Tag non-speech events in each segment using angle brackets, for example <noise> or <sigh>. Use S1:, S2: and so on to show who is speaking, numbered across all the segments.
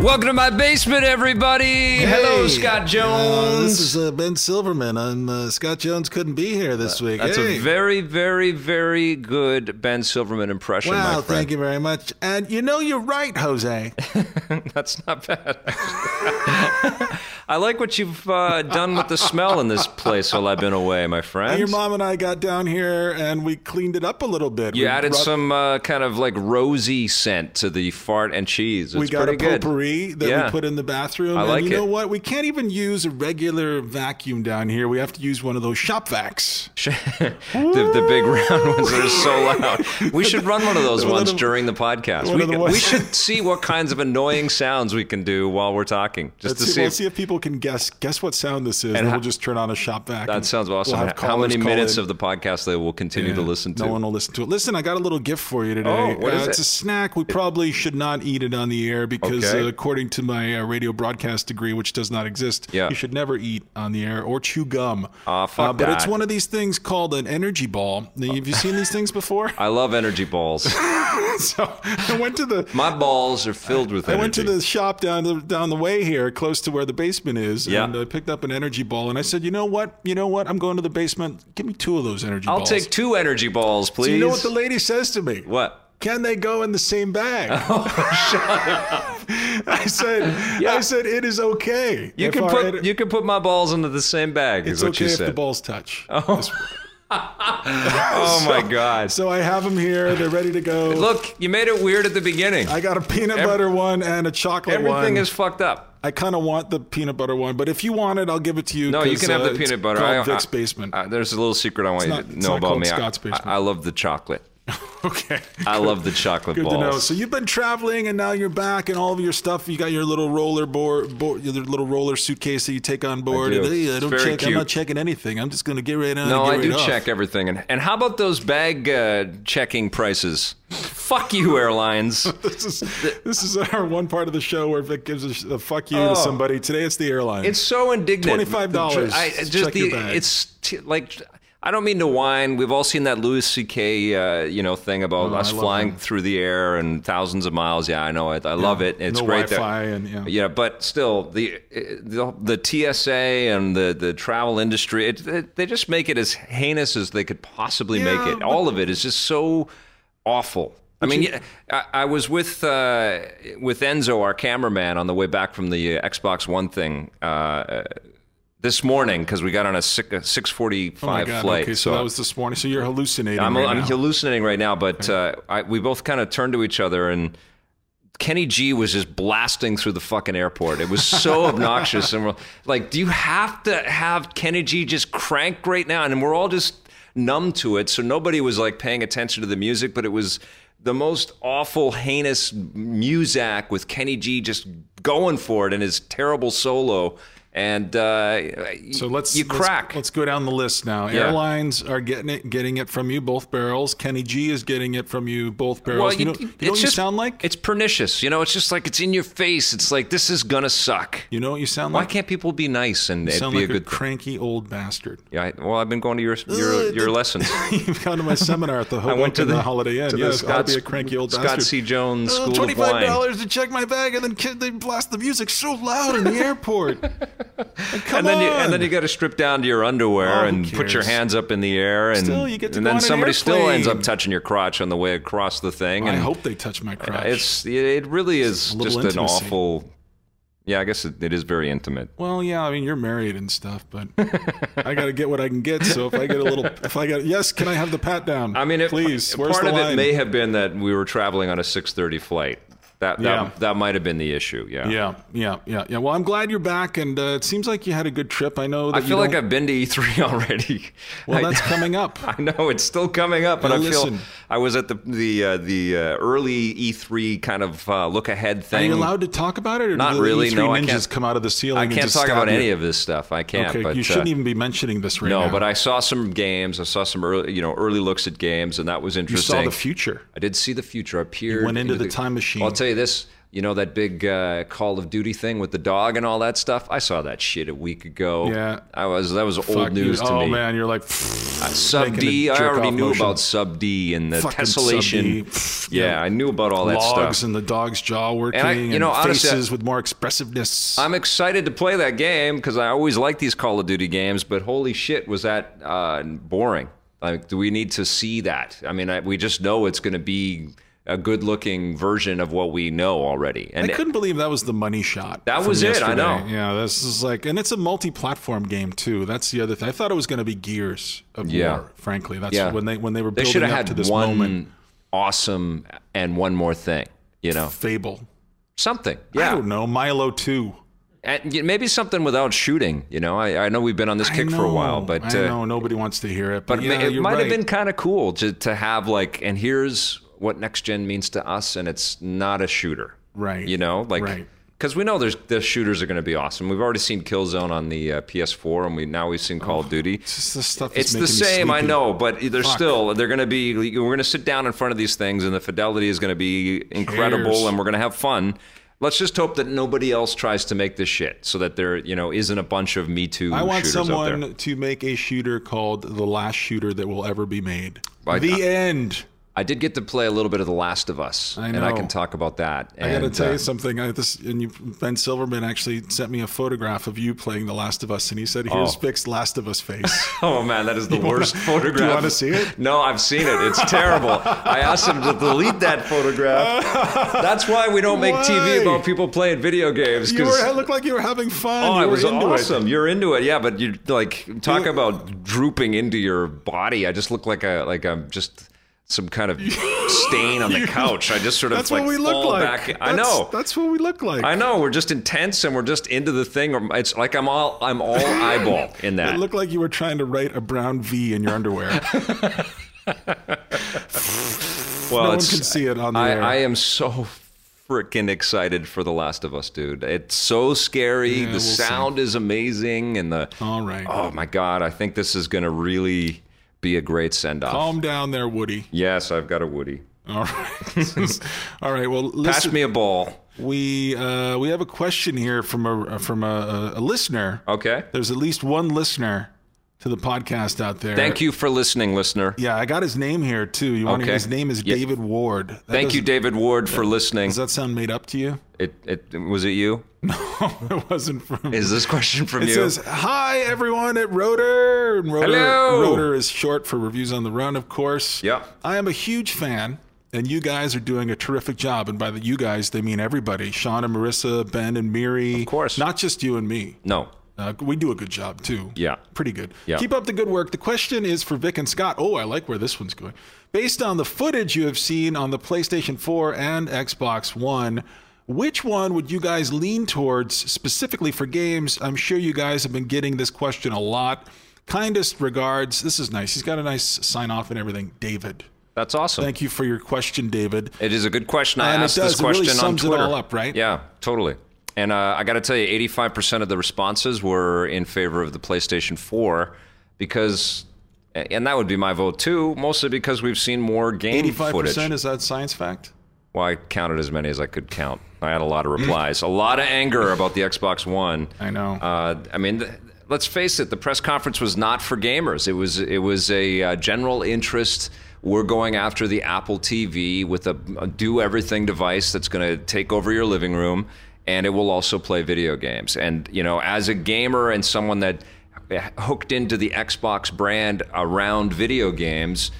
S1: Welcome to my basement, everybody. Hello,
S2: Hey.
S1: Scott
S2: Uh,
S1: Jones.
S2: this is uh, Ben Silverman. I'm uh, Scott Jones. Couldn't be here this week.
S1: Uh, That's
S2: Hey.
S1: a very, very, very good Ben Silverman impression, my
S2: wow.
S1: friend.
S2: Thank you very much. And you know you're right,
S1: <laughs>
S2: Jose.
S1: That's not bad. <laughs> I like what you've uh, done with the smell in this place while I've been away, my friend.
S2: Your mom and I got down here and we cleaned it up a little bit.
S1: You
S2: we
S1: added
S2: rubbed-
S1: some uh, kind of like rosy scent to the fart and cheese. It's
S2: We got a
S1: pretty good.
S2: potpourri that
S1: Yeah.
S2: we put in the bathroom.
S1: I
S2: and
S1: like
S2: you know
S1: it.
S2: what? We can't even use a regular vacuum down here. We have to use one of those shop vacs.
S1: the, <laughs> the big round ones that are so loud. We should run one of those
S2: <laughs> One of
S1: ones
S2: the-
S1: during the podcast.
S2: one
S1: We,
S2: of the ones-
S1: we should see what kinds of annoying sounds we can do while we're talking, just
S2: Let's
S1: to
S2: see,
S1: see.
S2: we'll
S1: if,
S2: see if people can guess guess what sound this is. And,
S1: ho-
S2: we'll just turn on a shop vac.
S1: that
S2: and
S1: sounds
S2: we'll
S1: awesome.
S2: have
S1: How many
S2: callers call
S1: minutes
S2: in.
S1: of the podcast they will continue to
S2: Yeah,
S1: listen to?
S2: No one will listen to it. Listen, I got a little gift for you today. Uh,
S1: Oh, what is
S2: It's
S1: it?
S2: a snack. We probably should not eat it on the air because,
S1: Okay.
S2: uh, according to my uh, radio broadcast degree, which does not exist,
S1: Yeah.
S2: you should never eat on the air or chew gum. Uh,
S1: Ah, fuck
S2: but it's
S1: that.
S2: one of these things called an energy ball. Now, have you seen these things before?
S1: <laughs> I love energy balls.
S2: <laughs> so I went to the.
S1: My balls are filled with
S2: I
S1: energy.
S2: went to the shop down the down the way here, close to where the basement is,
S1: Yeah.
S2: and I picked up an energy ball. And I said, "You know what? You know what? I'm going to the basement. Give me two of those energy
S1: I'll
S2: balls."
S1: take two energy balls, please.
S2: So you know what the lady says to me?
S1: What?
S2: can they go in the
S1: <laughs>
S2: same bag? Oh, shut up. I said,
S1: Yeah.
S2: I said, it is okay.
S1: You
S2: if
S1: can
S2: our
S1: put
S2: edi-
S1: you can put my balls into the same bag.
S2: it's
S1: is what
S2: okay
S1: you
S2: if the
S1: said. <laughs>
S2: balls touch.
S1: oh my god!
S2: So I have them here. They're ready to go.
S1: Look, you made it weird at the beginning.
S2: I got a peanut butter one and a chocolate
S1: Everything
S2: one.
S1: is fucked up.
S2: I kind of want the peanut butter one, but if you want it, I'll give it to you.
S1: No, you
S2: 'cause,
S1: can have
S2: uh,
S1: the
S2: it's
S1: peanut butter.
S2: called
S1: I,
S2: Vic's
S1: I-
S2: basement.
S1: I- there's a little secret I want
S2: not-
S1: you to
S2: it's
S1: know
S2: not
S1: about
S2: called
S1: me. I-
S2: Scott's basement.
S1: I, I love the chocolate.
S2: <laughs> okay.
S1: I love the chocolate
S2: Good
S1: balls.
S2: to know. So you've been traveling, and now you're back, and all of your stuff. You got your little roller board, board your little roller suitcase that you take on board.
S1: do.
S2: And, hey, I
S1: It's
S2: don't
S1: very
S2: check. I'm
S1: cute.
S2: not checking anything. I'm just going to get right on.
S1: no, I
S2: and get
S1: do
S2: right off.
S1: check everything. And, and how about those bag uh, checking prices? Fuck you,
S2: <laughs>
S1: airlines.
S2: <laughs> This is this is our one part of the show where Vic gives a, sh- a fuck you to somebody. Today it's the airline.
S1: Oh. It's so indignant.
S2: $25
S1: I-
S2: to
S1: just
S2: check
S1: the,
S2: your bag.
S1: It's t- like I don't mean to whine. We've all seen that Louis C.K. Uh, you know thing about us
S2: Oh, love
S1: flying
S2: him.
S1: through the air and thousands of miles. Yeah, I know it. I love it. It's
S2: No
S1: great. that-
S2: Wi-Fi and, yeah.
S1: but still the the, the TSA and the, the travel industry. It, it, they just make it as heinous as they could possibly make
S2: Yeah,
S1: it.
S2: but-
S1: All of it is just so awful. I mean, yeah, I, I was with uh, with Enzo, our cameraman, on the way back from the uh, Xbox One thing uh, this morning because we got on a six forty
S2: oh my
S1: five
S2: god.
S1: flight.
S2: okay, so, that was this morning. So you're hallucinating.
S1: I'm,
S2: right
S1: I'm
S2: now.
S1: hallucinating right now, but uh, I, we both kind of turned to each other and. Kenny G was just blasting through the fucking airport. It was
S2: <laughs>
S1: so obnoxious, and we're like, "Do you have to have Kenny G just crank right now?" And we're all just numb to it, so nobody was like paying attention to the music. But it was the most awful, heinous muzak with Kenny G just going for it in his terrible solo. And uh,
S2: So let's
S1: you
S2: let's-
S1: crack.
S2: Let's, go down the list now. Airlines are getting it, getting it from you both barrels. Kenny G is getting it from you both barrels. you, know, you know
S1: it's
S2: what you
S1: just-
S2: sound like?
S1: It's pernicious. You know, it's just like it's in your face. It's like this is gonna suck.
S2: You know what you sound
S1: Why
S2: like?
S1: can't people be nice and it'd
S2: sound
S1: be
S2: like Uh,
S1: a good? thing?
S2: cranky old bastard. <laughs>
S1: yeah, I, well, I've been going to your your,
S2: Ugh,
S1: your
S2: the- <laughs>
S1: lessons.
S2: You've gone to my seminar at the
S1: I
S2: Hoboken
S1: went to the
S2: Holiday Inn.
S1: to the
S2: Yes, I'll
S1: Scott's-
S2: be a cranky old
S1: Scott
S2: bastard.
S1: C. Jones
S2: Oh,
S1: School of Wine.
S2: $25 to check my bag, and then kid, they blast the music so loud in
S1: <laughs>
S2: the airport. Like, come
S1: And then, you,
S2: on.
S1: and then you got to strip down to your underwear
S2: Oh, who
S1: and put your
S2: cares?
S1: hands up in the air, and,
S2: Still, you get to
S1: and
S2: go
S1: then
S2: on an
S1: somebody still ends up
S2: airplane.
S1: touching your crotch on the way across the thing.
S2: I
S1: and
S2: hope they touch my crotch.
S1: it's it really is
S2: little
S1: just an
S2: intimacy.
S1: awful. Yeah, I guess it, it is very intimate.
S2: Well, yeah, I mean you're married and stuff,
S1: <laughs>
S2: but I gotta get what I can get. So if I get a little, if I got yes, can I have the pat down?
S1: I mean, it,
S2: please. Where's
S1: part
S2: the
S1: of
S2: line?
S1: it may have been that we were traveling on a 6:30 flight. That that,
S2: Yeah.
S1: that might have been the issue. Yeah.
S2: yeah, yeah, yeah, yeah. Well, I'm glad you're back, and uh, it seems like you had a good trip. I know. That
S1: I
S2: you
S1: feel like
S2: don't-
S1: I've been to E3 <laughs> already.
S2: well,
S1: I,
S2: that's coming up.
S1: <laughs> I know it's still coming up, but
S2: Now
S1: I feel
S2: listen.
S1: I was at the the uh, the uh, early E3 kind of uh, look ahead
S2: Are
S1: thing.
S2: you allowed to talk about it? Or
S1: Not
S2: do the
S1: really,
S2: E3
S1: no, I
S2: ninjas
S1: can't-
S2: come out of the ceiling.
S1: I
S2: and
S1: can't
S2: just
S1: talk
S2: stab
S1: about
S2: you?
S1: any of this stuff. I can't.
S2: Okay,
S1: but
S2: you
S1: uh,
S2: shouldn't even be mentioning this right now.
S1: no, but I saw some games. I saw some early, you know, early looks at games, and that was
S2: you
S1: interesting.
S2: saw the future.
S1: I did see the future. I peered.
S2: went into the time machine.
S1: I'll tell you this. you know that big uh, Call of Duty thing with the dog and all that stuff. I saw that shit a week ago.
S2: Yeah.
S1: I was that was old
S2: Fuck you.
S1: news to
S2: oh
S1: me.
S2: man, you're like
S1: Sub
S2: making
S1: D,
S2: the
S1: I already
S2: jerk-off
S1: knew
S2: motion.
S1: about Sub D and the
S2: Fucking Sub D.
S1: tessellation. Yeah, I knew about all that
S2: logs
S1: stuff.
S2: and the dog's jaw working
S1: And
S2: and,
S1: I- you know, honestly,
S2: faces
S1: I-
S2: with more expressiveness.
S1: I'm excited to play that game because I always like these Call of Duty games. But holy shit, was that uh, boring? Like, do we need to see that? I mean, I, we just know it's going to be a good-looking version of what we know already.
S2: I
S1: And
S2: couldn't believe that was the money shot.
S1: That
S2: from
S1: was it, I
S2: yesterday.
S1: know.
S2: Yeah, this is like, and it's a multi-platform game too. That's the other thing. I thought it was going to be Gears of
S1: Yeah.
S2: War. Frankly, that's
S1: Yeah.
S2: when they when they were
S1: they should
S2: building
S1: have had
S2: up to this
S1: one
S2: moment.
S1: awesome and one more thing. You know,
S2: Fable.
S1: something.
S2: I
S1: Yeah,
S2: don't know. Milo two.
S1: and y- maybe something without shooting. You know, I, I know we've been on this
S2: I
S1: kick for a while,
S2: know,
S1: but uh,
S2: I know nobody wants to hear it. But,
S1: But
S2: yeah,
S1: it
S2: you're
S1: might have
S2: right.
S1: been kind of cool to, to have like, and here's what next gen means to us, and it's not a shooter,
S2: Right.
S1: You know, like
S2: Right.
S1: because we know there's the shooters are going to be awesome. We've already seen Killzone on the uh, PS4, and we now we've seen Call of Duty.
S2: Oh, It's just this stuff. that's
S1: It's the
S2: making me
S1: same, I
S2: sleepy.
S1: know, but they're still they're going to be. We're going to sit down in front of these things, and the fidelity is going to be incredible,
S2: cares?
S1: and we're going to have fun. Let's just hope that nobody else tries to make this shit, so that there you know isn't a bunch of Me Too
S2: I want
S1: shooters out there.
S2: someone to make a shooter called the last shooter that will ever be made.
S1: Like,
S2: the
S1: I-
S2: end.
S1: I did get to play a little bit of The Last of Us,
S2: I
S1: and I
S2: know.
S1: can talk about that.
S2: I
S1: and,
S2: gotta tell
S1: uh,
S2: you something. I, this and you, Ben Silverman actually sent me a photograph of you playing The Last of Us, and he said, "Here's
S1: Oh.
S2: Vic's Last of
S1: <laughs>
S2: Us face."
S1: <laughs> Oh man, that is the worst photograph.
S2: do you wanna see it?
S1: No, I've seen it. It's terrible. I asked him to delete that
S2: <laughs>
S1: photograph. That's why we don't make TV
S2: Why?
S1: about people playing video games.
S2: you
S1: 'cause-
S2: were, it looked like you were having fun.
S1: Oh,
S2: you
S1: it
S2: were
S1: was
S2: into
S1: awesome. You're into it, yeah. But you like talk about drooping into your body. I just look like a like I'm just some kind of stain
S2: <laughs>
S1: on the couch. I just sort of
S2: That's
S1: like
S2: what we look
S1: fall
S2: like.
S1: back. I
S2: That's-
S1: know.
S2: That's what we look like.
S1: I know we're just intense and we're just into the thing. Or It's like I'm all I'm
S2: <laughs>
S1: all eyeball in
S2: It
S1: that.
S2: looked like you were trying to write a brown V in
S1: <laughs>
S2: your underwear. no
S1: well,
S2: one can
S1: Oh, it's,
S2: see it on the
S1: I,
S2: air.
S1: I am so freaking excited for The Last of Us, dude. It's so scary. the
S2: we'll see.
S1: sound is amazing, and the
S2: All right.
S1: oh my god, I think this is gonna really be a great send off.
S2: Calm down there, Woody. <laughs>
S1: Yes, I've got a Woody.
S2: All
S1: <laughs>
S2: right. All right. Well,
S1: Pass
S2: listen,
S1: me a ball.
S2: we uh, we have a question here from a from a, a listener.
S1: Okay.
S2: There's at least one listener to the podcast out there.
S1: Thank you for listening, listener.
S2: Yeah, I got his name here too. You want to
S1: Okay.
S2: hear his name is
S1: Yeah.
S2: David Ward. That
S1: Thank you,
S2: doesn't-
S1: David Ward, for listening.
S2: Does that sound made up to you? <laughs>
S1: It, it was it you?
S2: it wasn't from.
S1: Is this question from
S2: it
S1: you?
S2: says, "Hi everyone at Rotor." And Rotor,
S1: Hello.
S2: Rotor is short for Reviews on the Run, of course.
S1: Yep.
S2: I am a huge fan, and you guys are doing a terrific job. And by the you guys, they mean everybody: Sean and Marissa, Ben and Miri. Of
S1: course.
S2: not just you and me.
S1: no.
S2: Uh, we do a good job too.
S1: Yeah.
S2: Pretty good.
S1: Yeah.
S2: Keep up the good work. The question is for Vic and Scott. Oh, I like where this one's going. Based on the footage you have seen on the PlayStation 4 and Xbox One, which one would you guys lean towards specifically for games? I'm sure you guys have been getting this question a lot. Kindest regards. This is nice. He's got a nice sign off and everything. David.
S1: That's awesome.
S2: Thank you for your question, David.
S1: It is a good question. I
S2: And it
S1: asked
S2: does.
S1: this
S2: It really
S1: question on
S2: sums it
S1: Twitter.
S2: all up, right?
S1: Yeah, totally. And uh, I got to tell you, 85% of the responses were in favor of the PlayStation 4 because, and that would be my vote too, mostly because we've seen more game
S2: 85%
S1: footage.
S2: is that science fact?
S1: Well, I counted as many as I could count. I had a lot of replies, a lot of anger about the Xbox One.
S2: I know.
S1: Uh, I mean, th- let's face it. The press conference was not for gamers. It was it was a uh, general interest. We're going after the Apple TV with a, a do everything device that's going to take over your living room, and it will also play video games. And you know, as a gamer and someone that eh, hooked into the Xbox brand around video games,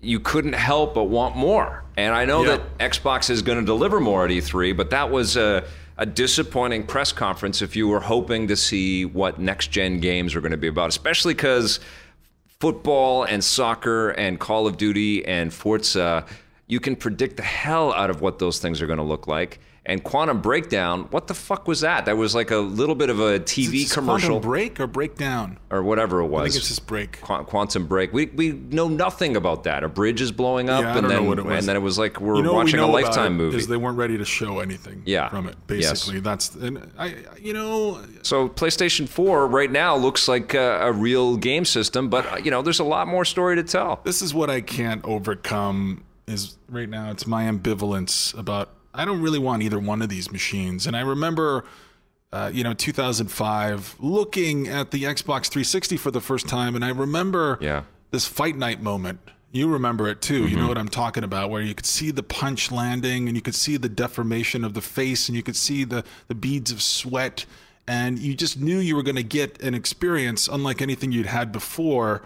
S1: you couldn't help but want more. And I know
S2: Yeah.
S1: that Xbox is going to deliver more at E3, but that was a, a disappointing press conference if you were hoping to see what next gen games were going to be about, especially because football and soccer and Call of Duty and Forza, you can predict the hell out of what those things are going to look like. And Quantum Breakdown, what the fuck was that? That was like a little bit of a TV
S2: Is this
S1: commercial
S2: quantum break or breakdown?
S1: or whatever it was.
S2: I think it's just break.
S1: Qu- quantum break. We, we know nothing about that. A bridge is blowing up,
S2: Yeah, I
S1: and
S2: don't know
S1: then
S2: what it was.
S1: and then it was like we're
S2: You know what we
S1: watching a
S2: know about
S1: lifetime
S2: it
S1: movie.
S2: Is they weren't ready to show anything
S1: Yeah.
S2: from it.
S1: Yes.
S2: Basically, that's and I you know
S1: so PlayStation Four right now looks like a, a real game system, but uh, you know there's a lot more story to tell.
S2: this is what I can't overcome is right now it's my ambivalence about I don't really want either one of these machines. And I remember, uh, you know, 2005, looking at the Xbox 360 for the first time, and I remember
S1: Yeah.
S2: this fight night moment. You remember it too. You
S1: Mm-hmm.
S2: know what I'm talking about, where you could see the punch landing and you could see the deformation of the face and you could see the, the beads of sweat. And you just knew you were going to get an experience unlike anything you'd had before.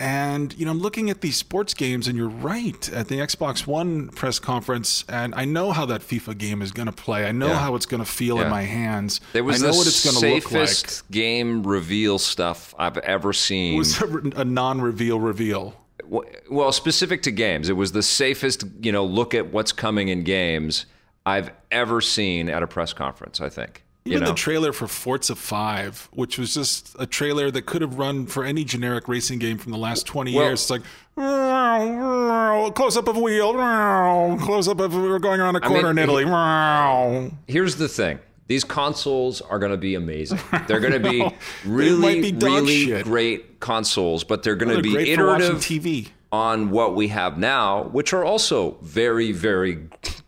S2: And, you know, I'm looking at these sports games, and you're right at the Xbox One press conference. And I know how that FIFA game is going to play. I know
S1: Yeah.
S2: how it's going to feel in
S1: Yeah.
S2: my hands.
S1: There was
S2: I know
S1: the
S2: what it's going to look like.
S1: safest game reveal stuff I've ever seen.
S2: was a, a non-reveal reveal.
S1: W- well, specific to games, it was the safest, you know, look at what's coming in games I've ever seen at a press conference, I think. You
S2: Even
S1: know?
S2: the trailer for Forza 5, which was just a trailer that could have run for any generic racing game from the last 20
S1: Well-
S2: years. It's like, close up of a wheel, close up of, we're going around a corner in Italy.
S1: Here's the thing. These consoles are going to be
S2: <laughs>
S1: amazing. They're going to be
S2: might
S1: really,
S2: be dog
S1: really
S2: shit.
S1: great consoles, but they're going
S2: They're
S1: to be
S2: great for watching
S1: iterative
S2: TV.
S1: on what we have now, which are also very, very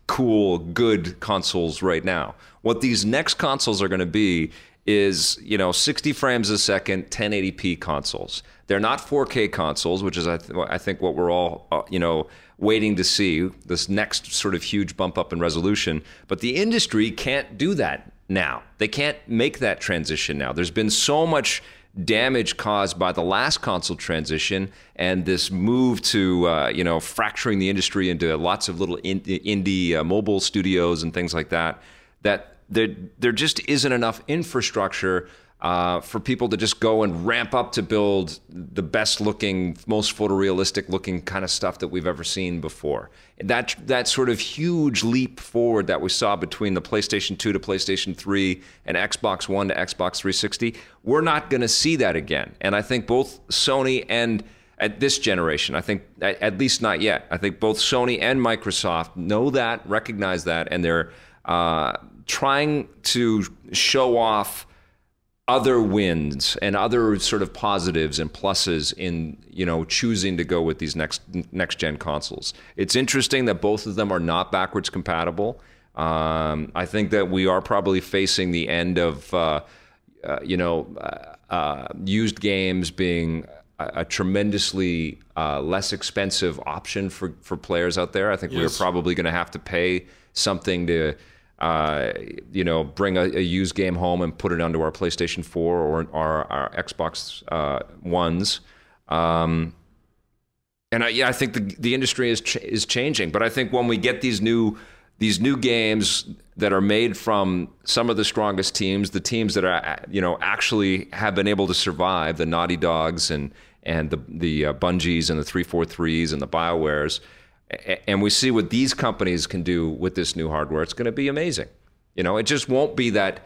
S1: cool, good consoles right now. What these next consoles are going to be is, you know, 60 frames a second, 1080p consoles. They're not 4K consoles, which is, I, th- I think, what we're all, uh, you know, waiting to see this next sort of huge bump up in resolution. But the industry can't do that now. They can't make that transition now. There's been so much damage caused by the last console transition and this move to uh, you know fracturing the industry into lots of little in- indie uh, mobile studios and things like that that there there just isn't enough infrastructure uh, for people to just go and ramp up to build the best looking, most photorealistic looking kind of stuff that we've ever seen before. That that sort of huge leap forward that we saw between the PlayStation 2 to PlayStation 3 and Xbox One to Xbox 360, we're not going to see that again. And I think both Sony and at this generation, I think at, at least not yet. I think both Sony and Microsoft know that, recognize that, and they're uh, trying to show off other wins and other sort of positives and pluses in you know choosing to go with these next next gen consoles. It's interesting that both of them are not backwards compatible. Um, I think that we are probably facing the end of uh, uh, you know uh, uh, used games being a, a tremendously uh, less expensive option for for players out there. I think we're
S2: Yes.
S1: probably going to have to pay something to uh, you know, bring a, a used game home and put it onto our PlayStation 4 or our, our Xbox uh, Ones. Um, and I, yeah, I think the the industry is ch- is changing. But I think when we get these new these new games that are made from some of the strongest teams, the teams that are uh, you know actually have been able to survive, the Naughty Dogs and and the the uh, Bungies and the three four threes and the Biowares, a- and we see what these companies can do with this new hardware. It's going to be amazing. You know, it just won't be that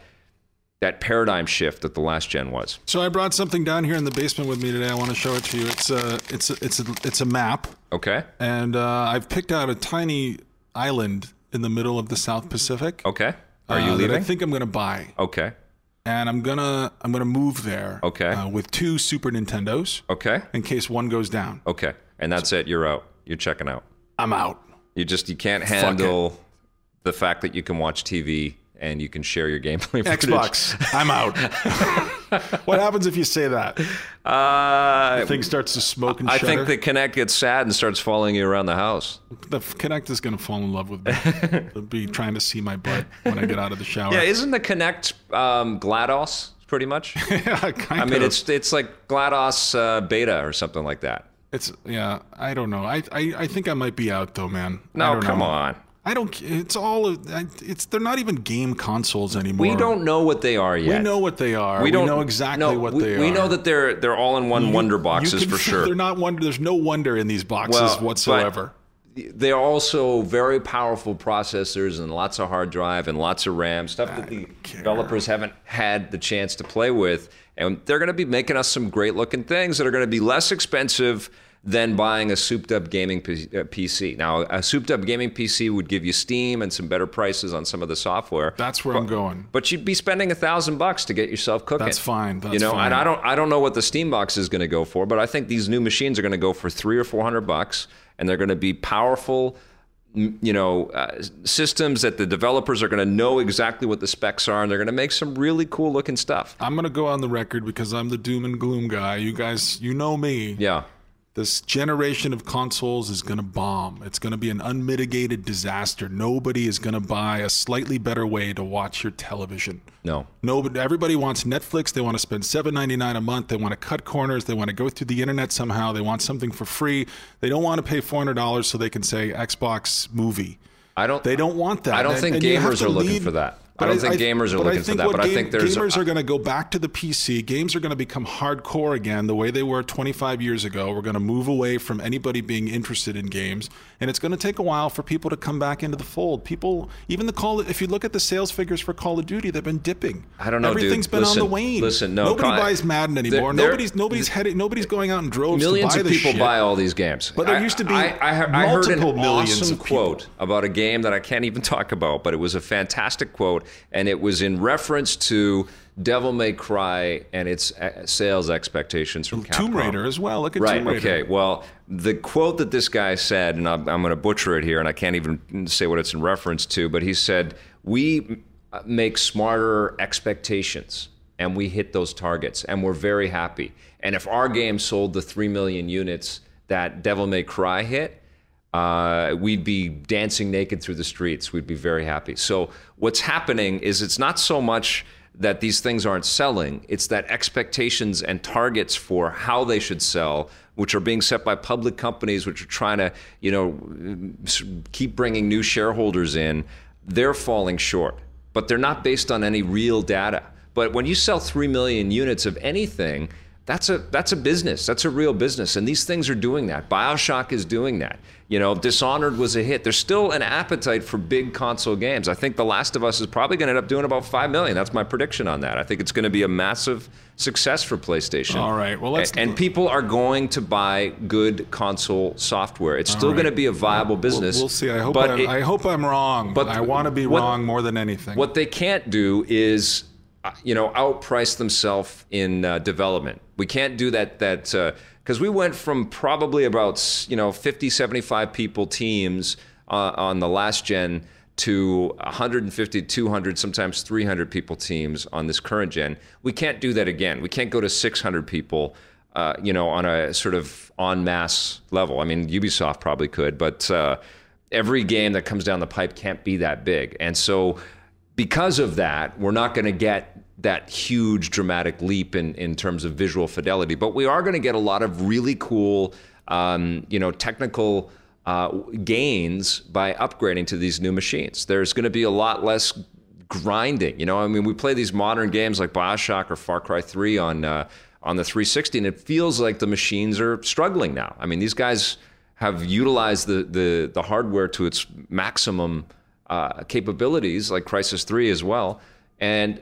S1: that paradigm shift that the last gen was.
S2: So I brought something down here in the basement with me today. I want to show it to you. It's a, it's a, it's a, it's a map.
S1: Okay.
S2: And uh, I've picked out a tiny island in the middle of the South Pacific.
S1: Okay. Are you
S2: uh, that I
S1: leaving?
S2: think I'm going to buy.
S1: okay.
S2: and I'm gonna I'm gonna move there.
S1: Okay.
S2: Uh, with two Super Nintendos,
S1: Okay.
S2: in case one goes down,
S1: Okay, and that's it. You're out. You're checking out.
S2: I'm out.
S1: You just you can't
S2: it.
S1: handle the fact that you can watch TV and you can share your gameplay. footage.
S2: <laughs> Xbox, I'm out. what happens if you say that?
S1: Uh,
S2: Thing starts to smoke and
S1: I
S2: shudder.
S1: think the Kinect gets sad and starts following you around the house.
S2: the Kinect is gonna fall in love with me.
S1: <laughs>
S2: They'll be trying to see my butt when I get out of the shower. <laughs>
S1: Yeah, isn't the Kinect um, Glados pretty much?
S2: Yeah, kind
S1: I mean, it's it's like Glados uh, Beta or something like that.
S2: it's yeah. I don't know. I I, I think I might be out though, man. I
S1: No,
S2: don't
S1: Oh, come
S2: know.
S1: on.
S2: I don't. It's all. of- I- It's they're not even game consoles anymore.
S1: We don't know what they are yet.
S2: We know what they are.
S1: We don't
S2: know exactly
S1: no,
S2: what
S1: we,
S2: they are.
S1: We know that they're they're all in one Wonder
S2: You
S1: boxes
S2: can-
S1: for sure.
S2: They're not wonder. There's no wonder in these boxes
S1: Well, but-
S2: whatsoever.
S1: they're also very powerful processors and lots of hard drive and lots of RAM stuff that the developers haven't had the chance to play with. And they're going to be making us some great looking things that are going to be less expensive than buying a souped up gaming P- uh, PC. Now, a souped up gaming PC would give you Steam and some better prices on some of the software.
S2: That's where I'm going.
S1: But you'd be spending a thousand bucks to get yourself cooking.
S2: That's fine. That's
S1: you know,
S2: fine.
S1: and I don't, I don't know what the Steam box is going to go for, but I think these new machines are going to go for three or four hundred bucks, and they're going to be powerful, m- you know, uh, systems that the developers are going to know exactly what the specs are, and they're going to make some really cool looking stuff.
S2: I'm gonna go on the record because I'm the doom and gloom guy. You guys, you know me.
S1: Yeah.
S2: This generation of consoles is going to bomb. It's going to be an unmitigated disaster. Nobody is going to buy a slightly better way to watch your television.
S1: No.
S2: Nobody, everybody wants Netflix. They want to spend $7.99 a month. They want to cut corners. They want to go through the internet somehow. They want something for free. They don't want to pay $400 so they can say Xbox movie.
S1: I don't.
S2: They don't want that.
S1: I don't
S2: And-
S1: think
S2: and you have
S1: gamers
S2: to
S1: are looking
S2: lead-
S1: for that. I
S2: But
S1: don't think gamers are
S2: but I
S1: looking for
S2: think
S1: that,
S2: what
S1: but I think there's a-
S2: gamers are going to go back to the PC. Games are going to become hardcore again, the way they were 25 years ago. We're going to move away from anybody being interested in games, and it's going to take a while for people to come back into the fold. People, even the call. If you look at the sales figures for Call of Duty, they've been dipping.
S1: I don't know, dude.
S2: Everything's been
S1: Listen,
S2: on the wane.
S1: listen, no,
S2: nobody
S1: Con-
S2: buys Madden anymore.
S1: there-
S2: nobody's nobody's heading. Nobody's going out in droves.
S1: Millions
S2: to buy
S1: of
S2: this
S1: people
S2: shit.
S1: buy all these games.
S2: But there
S1: I-
S2: used to be
S1: I, I, he- I heard an
S2: multiple millions
S1: awesome
S2: of people.
S1: quote about a game that I can't even <laughs> talk about, but it was a fantastic quote, and it was in reference to Devil May Cry and its uh, sales expectations from Capcom.
S2: Tomb Raider as well. Look at
S1: Right.
S2: Tomb Raider.
S1: Okay. Well, the quote that this guy said, and I'm, I'm going to butcher it here, and I can't even say what it's in reference to, but he said, "We uh, make smarter expectations, and we hit those targets, and we're very happy. And if our game sold the three million units that Devil May Cry hit." Uh, we'd be dancing naked through the streets. We'd be very happy. So, what's happening is it's not so much that these things aren't selling, it's that expectations and targets for how they should sell, which are being set by public companies, which are trying to, you know, s- keep bringing new shareholders in, they're falling short. But they're not based on any real data. But when you sell 3 million units of anything, that's a that's a business. That's a real business, and these things are doing that. Bioshock is doing that. You know, Dishonored was a hit. There's still an appetite for big console games. I think The Last of Us is probably going to end up doing about five million. That's my prediction on that. I think it's going to be a massive success for PlayStation.
S2: All right, well, let's-
S1: A- and, people are going to buy good console software. It's still going to be a viable business.
S2: We'll see. I hope
S1: but
S2: I'm,
S1: it-
S2: I hope I'm wrong. But
S1: but
S2: I want to be
S1: what-
S2: wrong more than anything.
S1: what they can't do is, uh, you know, outprice themselves in uh, development. We can't do that. That because we went from probably about s- you know 50, 75 people teams uh, on the last gen to 150, 200, sometimes 300 people teams on this current gen. We can't do that again. We can't go to 600 people. Uh, you know, on a sort of en masse level. I mean, Ubisoft probably could, but uh, every game that comes down the pipe can't be that big. And so because of that, we're not going to get that huge dramatic leap in, in terms of visual fidelity, but we are going to get a lot of really cool, um, you know, technical uh, gains by upgrading to these new machines. There's going to be a lot less grinding. You know, I mean, we play these modern games like Bioshock or Far Cry 3 on uh, on the 360, and it feels like the machines are struggling now. I mean, these guys have utilized the the, the hardware to its maximum uh, capabilities, like Crisis 3 as well, and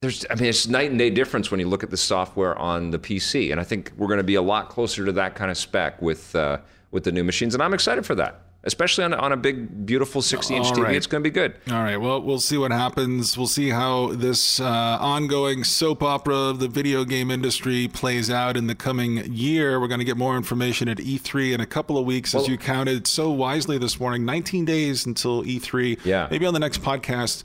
S1: there's, I mean, it's night and day difference when you look at the software on the PC, and I think we're going to be a lot closer to that kind of spec with uh, with the new machines, and I'm excited for that, especially on, on a big, beautiful 60 inch
S2: All
S1: TV.
S2: right.
S1: It's going to be good.
S2: All right. Well, we'll see what happens. We'll see how this uh, ongoing soap opera of the video game industry plays out in the coming year. We're going to get more information at E3 in a couple of weeks, as you counted so wisely this morning. 19 days until E3.
S1: Yeah.
S2: Maybe on the next podcast,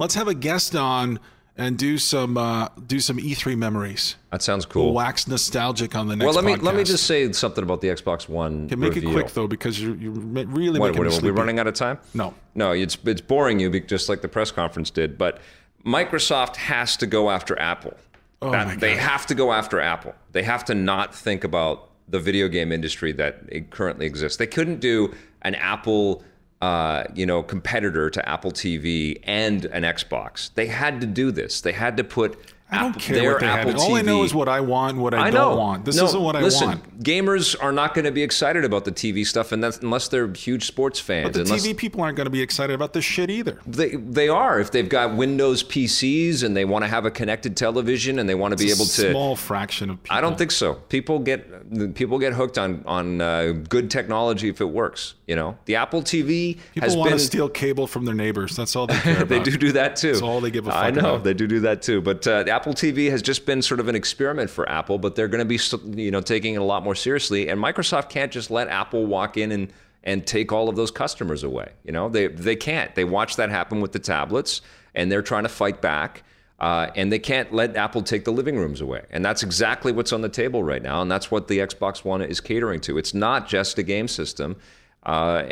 S2: let's have a guest on and do some uh, do some E3 memories.
S1: That sounds cool.
S2: Wax nostalgic on the next.
S1: Well, let me let me
S2: podcast.
S1: just say something about the Xbox One.
S2: Okay, make
S1: reveal.
S2: it quick though, because you're, you're ma- really
S1: What,
S2: making
S1: what,
S2: me
S1: are we
S2: sleepy.
S1: running out of time?
S2: No.
S1: No, it's it's boring you be- just like the press conference did. But Microsoft has to go after Apple. Oh
S2: my
S1: they have to go after Apple. They have to not think about the video game industry that it currently exists. They couldn't do an Apple, uh, you know, competitor to Apple TV and an Xbox. They had to do this. They had to put.
S2: I don't
S1: Apple,
S2: care
S1: their
S2: what they had.
S1: Apple
S2: All I know
S1: TV
S2: is what I want, and what I,
S1: know.
S2: don't want. This
S1: No,
S2: isn't what I
S1: listen,
S2: want.
S1: Gamers are not going to be excited about the TV stuff, and that's, unless they're huge sports fans.
S2: The
S1: unless
S2: TV people aren't going to be excited about this shit either.
S1: they they are if they've got Windows PCs and they want to have a connected television and they want to be able to.
S2: Small fraction of people.
S1: I don't think so. People get people get hooked on on uh, good technology if it works. You know, the Apple TV has
S2: people want
S1: been.
S2: to steal cable from their neighbors.
S1: <laughs>
S2: That's all they care about.
S1: they do do that too. That's
S2: all they give a
S1: I
S2: fuck
S1: know
S2: about.
S1: they do do that too. But uh, the Apple TV has just been sort of an experiment for Apple, but they're going to be you know taking it a lot more seriously. And Microsoft can't just let Apple walk in and and take all of those customers away. You know, they they can't. They watch that happen with the tablets, and they're trying to fight back. Uh, and they can't let Apple take the living rooms away. And that's exactly what's on the table right now. And that's what the Xbox One is catering to. It's not just a game system. Uh,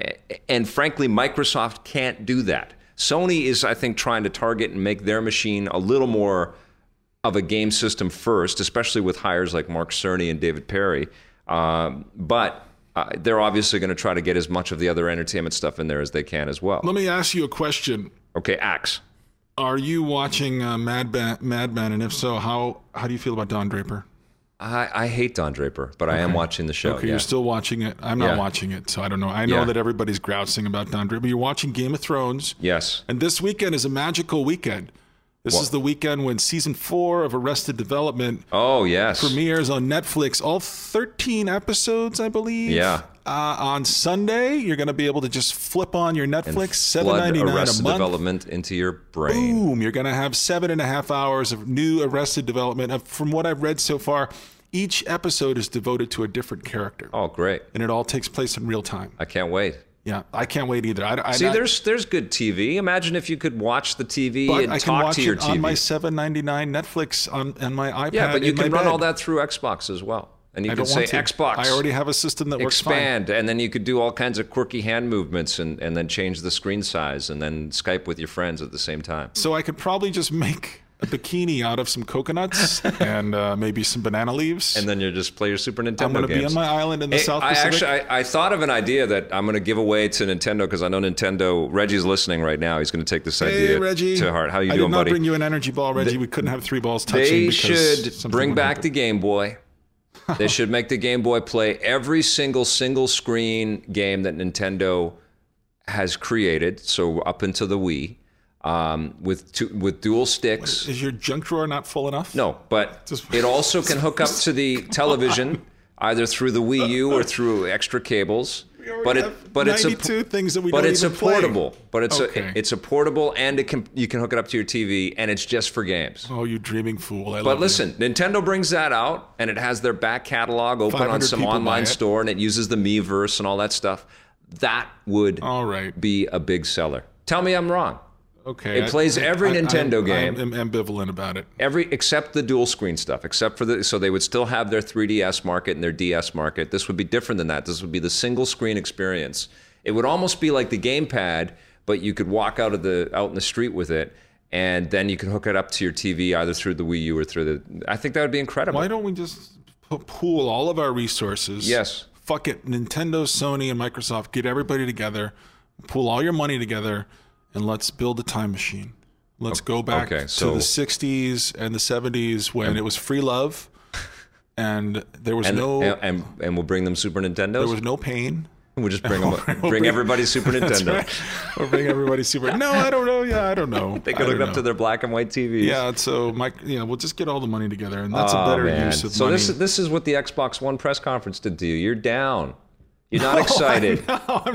S1: and frankly, Microsoft can't do that. Sony is, I think, trying to target and make their machine a little more of a game system first, especially with hires like Mark Cerny and David Perry. Um, but uh, they're obviously going to try to get as much of the other entertainment stuff in there as they can as well.
S2: Let me ask you a question.
S1: Okay, Axe.
S2: Are you watching uh, Mad, ba- Mad Men? And if so, how, how do you feel about Don Draper?
S1: I, I hate Don Draper, but I am watching the show.
S2: Okay,
S1: yeah.
S2: you're still watching it. I'm not
S1: Yeah.
S2: watching it, so I don't know. I know
S1: Yeah.
S2: that everybody's grousing about Don Draper. You're watching Game of Thrones.
S1: yes.
S2: And this weekend is a magical weekend. This is the weekend when season four of Arrested Development
S1: Oh, yes.
S2: premieres on Netflix. All 13 episodes, I believe.
S1: Yeah.
S2: Uh, on Sunday, you're going to be able to just flip on your Netflix,
S1: Blood
S2: $7.99
S1: arrested
S2: a month.
S1: development into your brain.
S2: Boom! You're going to have seven and a half hours of new Arrested Development. Uh, From what I've read so far, each episode is devoted to a different character,
S1: Oh, great.
S2: and it all takes place in real time.
S1: I can't wait.
S2: Yeah, I can't wait either. I, I,
S1: See,
S2: I-
S1: there's there's good TV. Imagine if you could watch the TV
S2: but
S1: and
S2: I can
S1: talk
S2: watch
S1: to your
S2: it
S1: TV.
S2: on my 7.99 Netflix on, on my iPad.
S1: yeah, but you
S2: in my
S1: can run
S2: bed.
S1: all that through Xbox as well. And you
S2: I
S1: can
S2: don't
S1: say
S2: want to.
S1: Xbox
S2: I already have a system that works fine.
S1: expand, and then you could do all kinds of quirky hand movements, and, and then change the screen size, and then Skype with your friends at the same time.
S2: So I could probably just make a bikini out of some
S1: <laughs>
S2: coconuts and uh, maybe some banana leaves.
S1: And then you just play your Super Nintendo
S2: I'm going to
S1: games.
S2: be on my island in the
S1: Hey,
S2: South
S1: I
S2: Pacific.
S1: actually I, I thought of an idea that I'm going to give away to Nintendo because I know Nintendo. Reggie's listening right now. He's going to take this
S2: Hey
S1: idea
S2: Reggie,
S1: to heart. How you
S2: I
S1: doing,
S2: did not
S1: buddy?
S2: bring you an energy ball, Reggie. we couldn't have three balls touching.
S1: They
S2: because
S1: should
S2: something
S1: bring
S2: would
S1: back
S2: happen.
S1: the Game Boy.
S2: <laughs>
S1: they should make the Game Boy play every single single screen game that Nintendo has created. So up into the Wii, um, with two, with dual sticks.
S2: Is your junk drawer not full enough?
S1: No,
S2: <laughs>
S1: but it also can hook up to the television either through the Wii U or through extra
S2: <laughs>
S1: cables.
S2: already
S1: But
S2: have
S1: it but it's a
S2: 92 things that we
S1: but
S2: don't
S1: it's
S2: even
S1: a
S2: play.
S1: portable. But it's
S2: Okay.
S1: a it's a portable and it can you can hook it up to your TV and it's just for games.
S2: Oh, you dreaming fool! I
S1: But
S2: love
S1: listen, Nintendo brings that out, and it has their back catalog open
S2: 500
S1: on some
S2: people buy
S1: online
S2: it.
S1: store, and it uses the Miiverse and all that stuff. That would
S2: You. All right.
S1: be a big seller. Tell me I'm wrong.
S2: Okay.
S1: It plays every Nintendo game.
S2: I'm, I'm ambivalent about it.
S1: Every except the dual screen stuff, except for the so they would still have their 3DS market and their DS market. This would be different than that. This would be the single screen experience. It would almost be like the gamepad, but you could walk out of the out in the street with it, and then you could hook it up to your TV either through the Wii U or through the. I think that would be incredible.
S2: Why don't we just p- pool all of our resources?
S1: Yes.
S2: Fuck it. Nintendo, Sony, and Microsoft. Get everybody together. Pool all your money together, and let's build a time machine. Let's go back
S1: okay,
S2: to
S1: so-
S2: the '60s and the '70s when it was free love, and there was
S1: And,
S2: no
S1: and, and and we'll bring them Super
S2: there
S1: Nintendos.
S2: was no pain.
S1: we'll just
S2: <laughs>
S1: bring them, bring, everybody Super Nintendo.
S2: Or bring everybody super. No, I don't know. Yeah, I don't know.
S1: <laughs> They
S2: I
S1: could hook
S2: don't
S1: it up to
S2: know.
S1: their black and white TVs.
S2: Yeah, so Mike, yeah, we'll just get all the money together, and that's a
S1: Oh,
S2: better
S1: man.
S2: use of
S1: so
S2: money.
S1: this this is what the Xbox One press conference did to you. You're down.
S2: <laughs>
S1: You're not excited.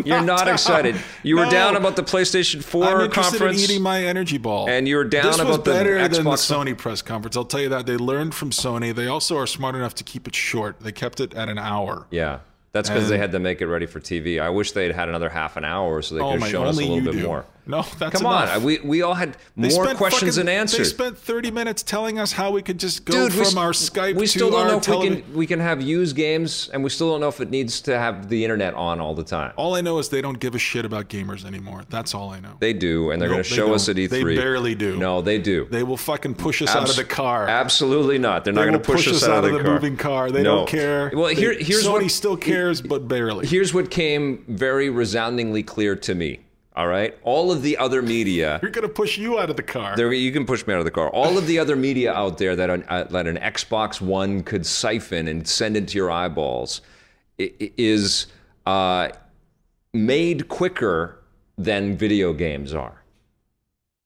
S1: You're not,
S2: down.
S1: excited. You were
S2: No.
S1: down about the PlayStation 4
S2: I'm interested
S1: conference.
S2: in eating my energy ball.
S1: And you were down
S2: this was
S1: about the
S2: better than the
S1: Xbox-
S2: Sony press conference. I'll tell you that they learned from Sony. They also are smart enough to keep it short. They kept it at an hour.
S1: yeah. That's because they had to make it ready for TV. I wish they'd had another half an hour so they
S2: Oh
S1: could
S2: my!
S1: have shown us a
S2: Only
S1: little
S2: you
S1: bit
S2: do.
S1: more.
S2: No, that's
S1: Come on.
S2: enough.
S1: I- We, we all had
S2: They
S1: more
S2: spent
S1: questions
S2: fucking-
S1: than
S2: They
S1: answers.
S2: spent 30 minutes telling us how we could just go
S1: Dude,
S2: from
S1: we, s-
S2: our Skype
S1: we still
S2: to
S1: don't
S2: our
S1: know if we
S2: television.
S1: can, we can have used games, and we still don't know if it needs to have the internet on all the time.
S2: All I know is they don't give a shit about gamers anymore. That's all I know.
S1: They do, and they're
S2: Nope,
S1: going to
S2: they
S1: show us at
S2: don't.
S1: E3.
S2: They barely do.
S1: No, they do.
S2: They will fucking push us out of
S1: Abs-
S2: the car.
S1: Absolutely not. They're
S2: They
S1: not going
S2: will
S1: to push, us out, of the, car.
S2: moving car. They
S1: No.
S2: don't care.
S1: Well, here,
S2: They-
S1: here's
S2: Sony
S1: what
S2: still cares, but barely.
S1: here's what came very resoundingly clear to me. All right, all of the other
S2: <laughs>
S1: media.
S2: We're gonna push you out of the car.
S1: There, you can push me out of the car. All of the other media out there that an, uh, that an Xbox One could siphon and send into your eyeballs i- i- is uh, made quicker than video games are,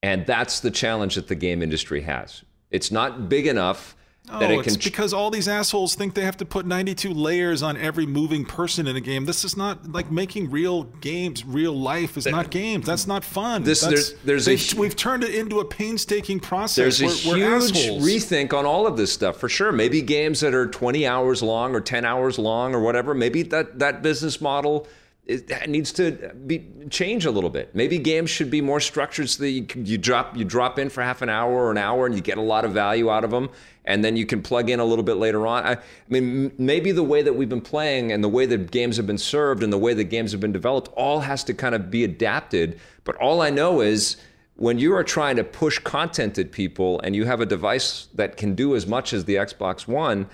S1: and that's the challenge that the game industry has. It's not big enough that
S2: oh,
S1: it can.
S2: it's because all these assholes think they have to put 92 layers on every moving person in a game. This is not like making real games. Real life is not games. That's not fun.
S1: This-
S2: That's-
S1: there's- there's a
S2: they've-
S1: hu-
S2: we've turned it into a painstaking process.
S1: There's a
S2: we're,
S1: huge
S2: we're assholes.
S1: rethink on all of this stuff for sure. Maybe games that are 20 hours long or 10 hours long or whatever. Maybe that that business model it that needs to be change a little bit. Maybe games should be more structured so that you, can- you drop you drop in for half an hour or an hour and you get a lot of value out of them, and then you can plug in a little bit later on. I, I mean, m- maybe the way that we've been playing and the way that games have been served and the way that games have been developed all has to kind of be adapted. But all I know is when you are trying to push content at people and you have a device that can do as much as the Xbox One,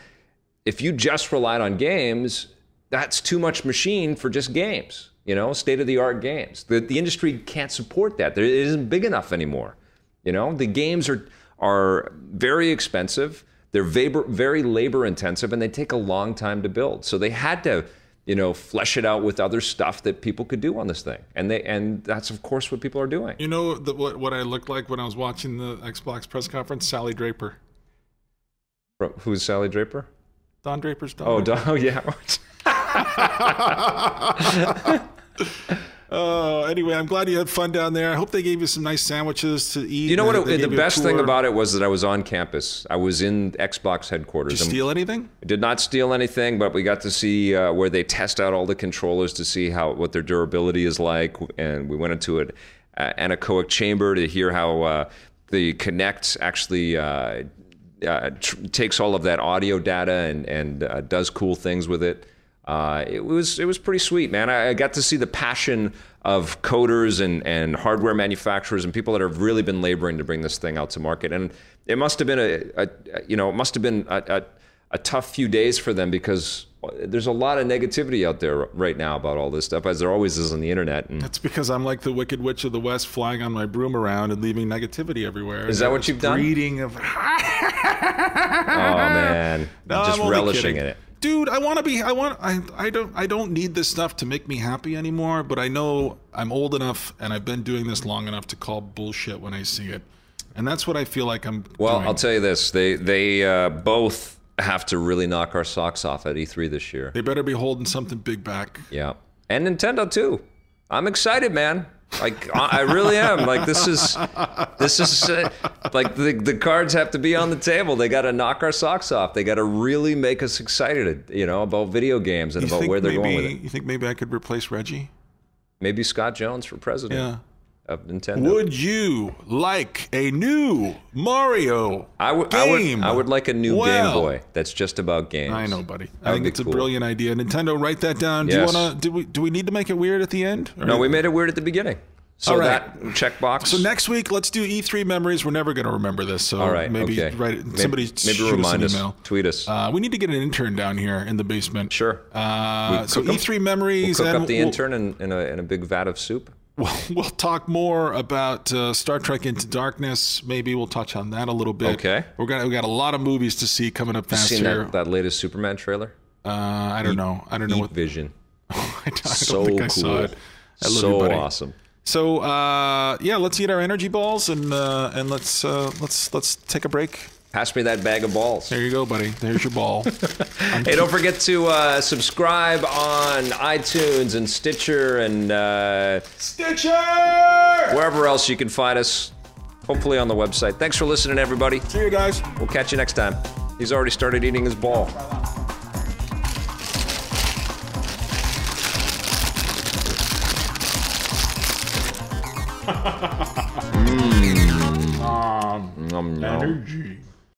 S1: if you just relied on games, that's too much machine for just games, you know, state of the art games. The, the industry can't support that. There, it isn't big enough anymore. You know, the games are, are very expensive, they're vabor, very labor intensive, and they take a long time to build. So they had to, you know, flesh it out with other stuff that people could do on this thing. And, they, and that's, of course, what people are doing.
S2: You know the, what what I looked like when I was watching the Xbox press conference? Sally Draper,
S1: Who's Sally Draper?
S2: Don Draper's daughter.
S1: Oh, Don-
S2: <laughs>
S1: oh yeah.
S2: Oh, anyway, I'm glad you had fun down there. I hope they gave you some nice sandwiches to eat.
S1: You know
S2: They-
S1: what?
S2: they
S1: It, the
S2: gave you a
S1: best thing
S2: tour.
S1: about it was that I was on campus. I was in Xbox headquarters.
S2: Did
S1: I'm-
S2: you steal anything?
S1: I did not steal anything, but we got to see uh, where they test out all the controllers to see how what their durability is like, and we went into an uh, anechoic chamber to hear how uh, the Kinect actually. Uh, uh, tr- takes all of that audio data and and uh, does cool things with it. Uh, it was it was pretty sweet, man. I, I got to see the passion of coders and, and hardware manufacturers and people that have really been laboring to bring this thing out to market. And it must have been a, a you know it must have been a, a, a tough few days for them because uh, there's a lot of negativity out there right now about all this stuff, as there always is on the internet. And
S2: That's because I'm like the Wicked Witch of the West, flying on my broom around and leaving negativity everywhere.
S1: is that what you've done?
S2: breeding of?
S1: Oh man,
S2: No,
S1: just
S2: I'm only
S1: relishing
S2: kidding.
S1: in it.
S2: Dude, I want to be. I want. I. I don't. I don't need this stuff to make me happy anymore. But I know I'm old enough, and I've been doing this long enough to call bullshit when I see it, and that's what I feel like I'm.
S1: Well,
S2: doing.
S1: I'll tell you this: they they uh, both have to really knock our socks off at E3 this year.
S2: they better be holding something big back.
S1: Yeah, and Nintendo too. I'm excited, man. Like I I really am. Like this is this is uh, like the the cards have to be on the table. They got to knock our socks off. They got to really make us excited, you know, about video games and
S2: You
S1: about
S2: think
S1: where they're
S2: maybe,
S1: going with it.
S2: You think maybe I could replace Reggie?
S1: Maybe Scott Jones for president
S2: Yeah.
S1: of Nintendo.
S2: Would you like a new Mario
S1: I would I
S2: game?
S1: would I would like a new
S2: Well,
S1: Game Boy that's just about games.
S2: I know, buddy.
S1: That
S2: I
S1: would
S2: think
S1: be
S2: it's
S1: cool.
S2: a brilliant idea. Nintendo, write that down. Do
S1: Yes.
S2: you wanna? Do we? Do we need to make it weird at the end? Or-
S1: No, we made it weird at the beginning. So
S2: All right.
S1: that checkbox.
S2: So next week, let's do E3 memories. We're never going to remember this, so
S1: All right.
S2: maybe
S1: okay.
S2: write it.
S1: Maybe-
S2: Somebody
S1: maybe,
S2: shoot
S1: remind
S2: us
S1: us,
S2: an email.
S1: tweet us.
S2: Uh, we need to get an intern down here in the basement.
S1: Sure.
S2: Uh,
S1: We
S2: so
S1: cook 'em.
S2: E3 memories.
S1: Cook
S2: and
S1: up the
S2: we'll-
S1: intern in, in, a, in a big vat of soup.
S2: <laughs> We'll, we'll talk more about uh, Star Trek Into Darkness. Maybe we'll touch on that a little bit.
S1: Okay.
S2: We're gonna we got a lot of movies to see coming up fast
S1: Seen
S2: here.
S1: that, that latest Superman trailer?
S2: Uh, I don't know. I don't know what.
S1: Vision.
S2: <laughs> I don't
S1: So
S2: think
S1: cool.
S2: I saw it. I love
S1: so
S2: you, buddy.
S1: awesome.
S2: So uh, yeah, let's eat our energy balls and uh, and let's uh, let's let's take a break.
S1: Pass me that bag of balls.
S2: There you go, buddy. There's your ball.
S1: Hey, don't forget to uh, subscribe on iTunes and Stitcher and uh,
S2: Stitcher.
S1: wherever else you can find us. Hopefully on the website. Thanks for listening, everybody.
S2: See you guys.
S1: We'll catch you next time. He's already started eating his ball.
S2: Um,
S1: Nom, nom.
S2: energy.